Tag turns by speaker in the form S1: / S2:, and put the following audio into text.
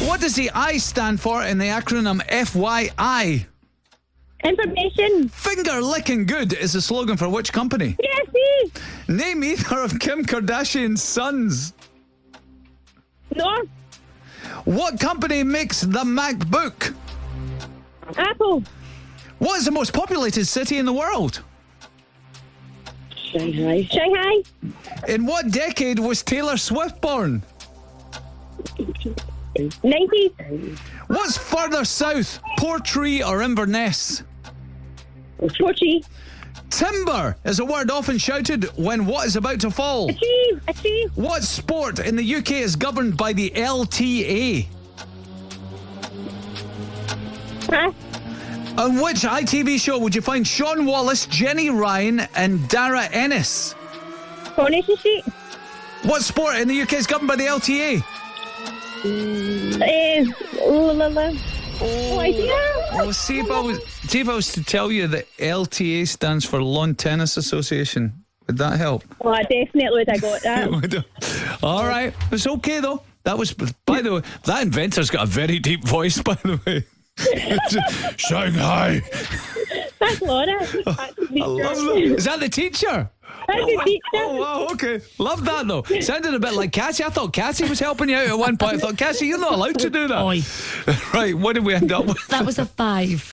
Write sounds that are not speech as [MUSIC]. S1: What does the I stand for in the acronym FYI?
S2: Information.
S1: Finger licking good is the slogan for which company?
S2: PSE.
S1: Name either of Kim Kardashian's sons.
S2: North.
S1: What company makes the MacBook?
S2: Apple.
S1: What is the most populated city in the world?
S2: Shanghai. Shanghai.
S1: In what decade was Taylor Swift born?
S2: 90s.
S1: What's further south, Portree or Inverness?
S2: Torchy.
S1: Timber is a word often shouted when what is about to fall.
S2: Achieve. Achieve.
S1: What sport in the UK is governed by the LTA?
S2: Pass.
S1: On which ITV show would you find Sean Wallace, Jenny Ryan, and Dara Ennis?
S2: Coronation Street.
S1: What sport in the UK is governed by the LTA?
S2: Eh, ooh la la. Oh, idea.
S1: Well, see if I was see if I was to tell you that LTA stands for Lawn Tennis Association. Would that help?
S2: Oh, I definitely would have got that.
S1: [LAUGHS] All right, it's okay though. That was, by the way, that inventor's got a very deep voice. By the way, [LAUGHS] Shanghai.
S2: That's Laura. That's
S1: I love that. Is that the teacher?
S2: the teacher. [LAUGHS]
S1: Oh wow, okay. Love that though. Sounded a bit like Cassie. I thought Cassie was helping you out [LAUGHS] at one point. I thought Cassie, you're not allowed to do that.
S3: Oi.
S1: Right, what did we end up with?
S3: That was a five.